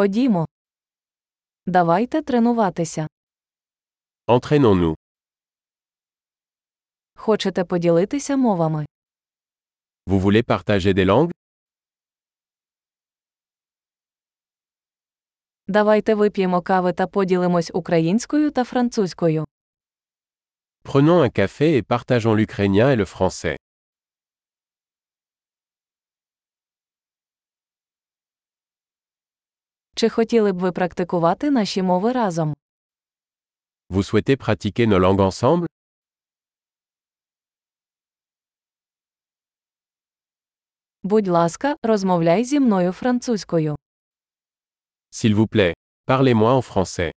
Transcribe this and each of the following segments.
Ходімо. Давайте тренуватися. Entraînons-nous. Хочете поділитися мовами? Vous voulez partager des langues Давайте вип'ємо кави та поділимось українською та французькою. Prenons un café et partageons l'ukrainien et le français. Чи хотіли б ви практикувати наші мови разом? Vous souhaitez pratiquer nos langues ensemble Будь ласка, розмовляй зі мною французькою. S'il vous plaît, parlez-moi en français.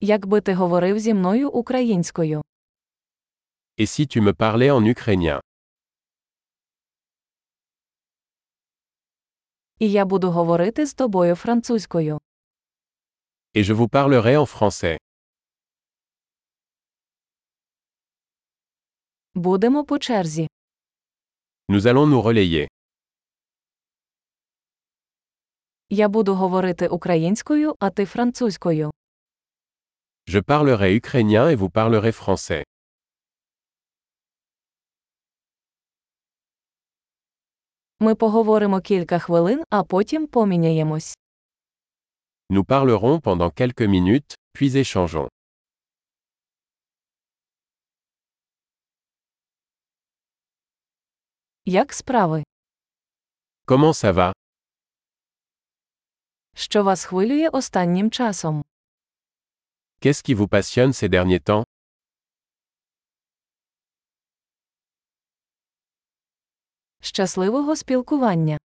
Якби ти говорив зі мною українською. Et si tu me parlais en ukrainien І я буду говорити з тобою французькою. Et je vous parlerai en français. Будемо по черзі. Nous allons nous relayer. Я буду говорити українською, а ти французькою. Je parlerai ukrainien et vous parlerez français. Ми поговоримо кілька хвилин, а потім поміняємось. Nous parlerons pendant quelques minutes, puis échangeons. Як справи? Comment ça va Що вас хвилює останнім часом? Qu'est-ce qui vous passionne ces derniers temps Щасливого спілкування!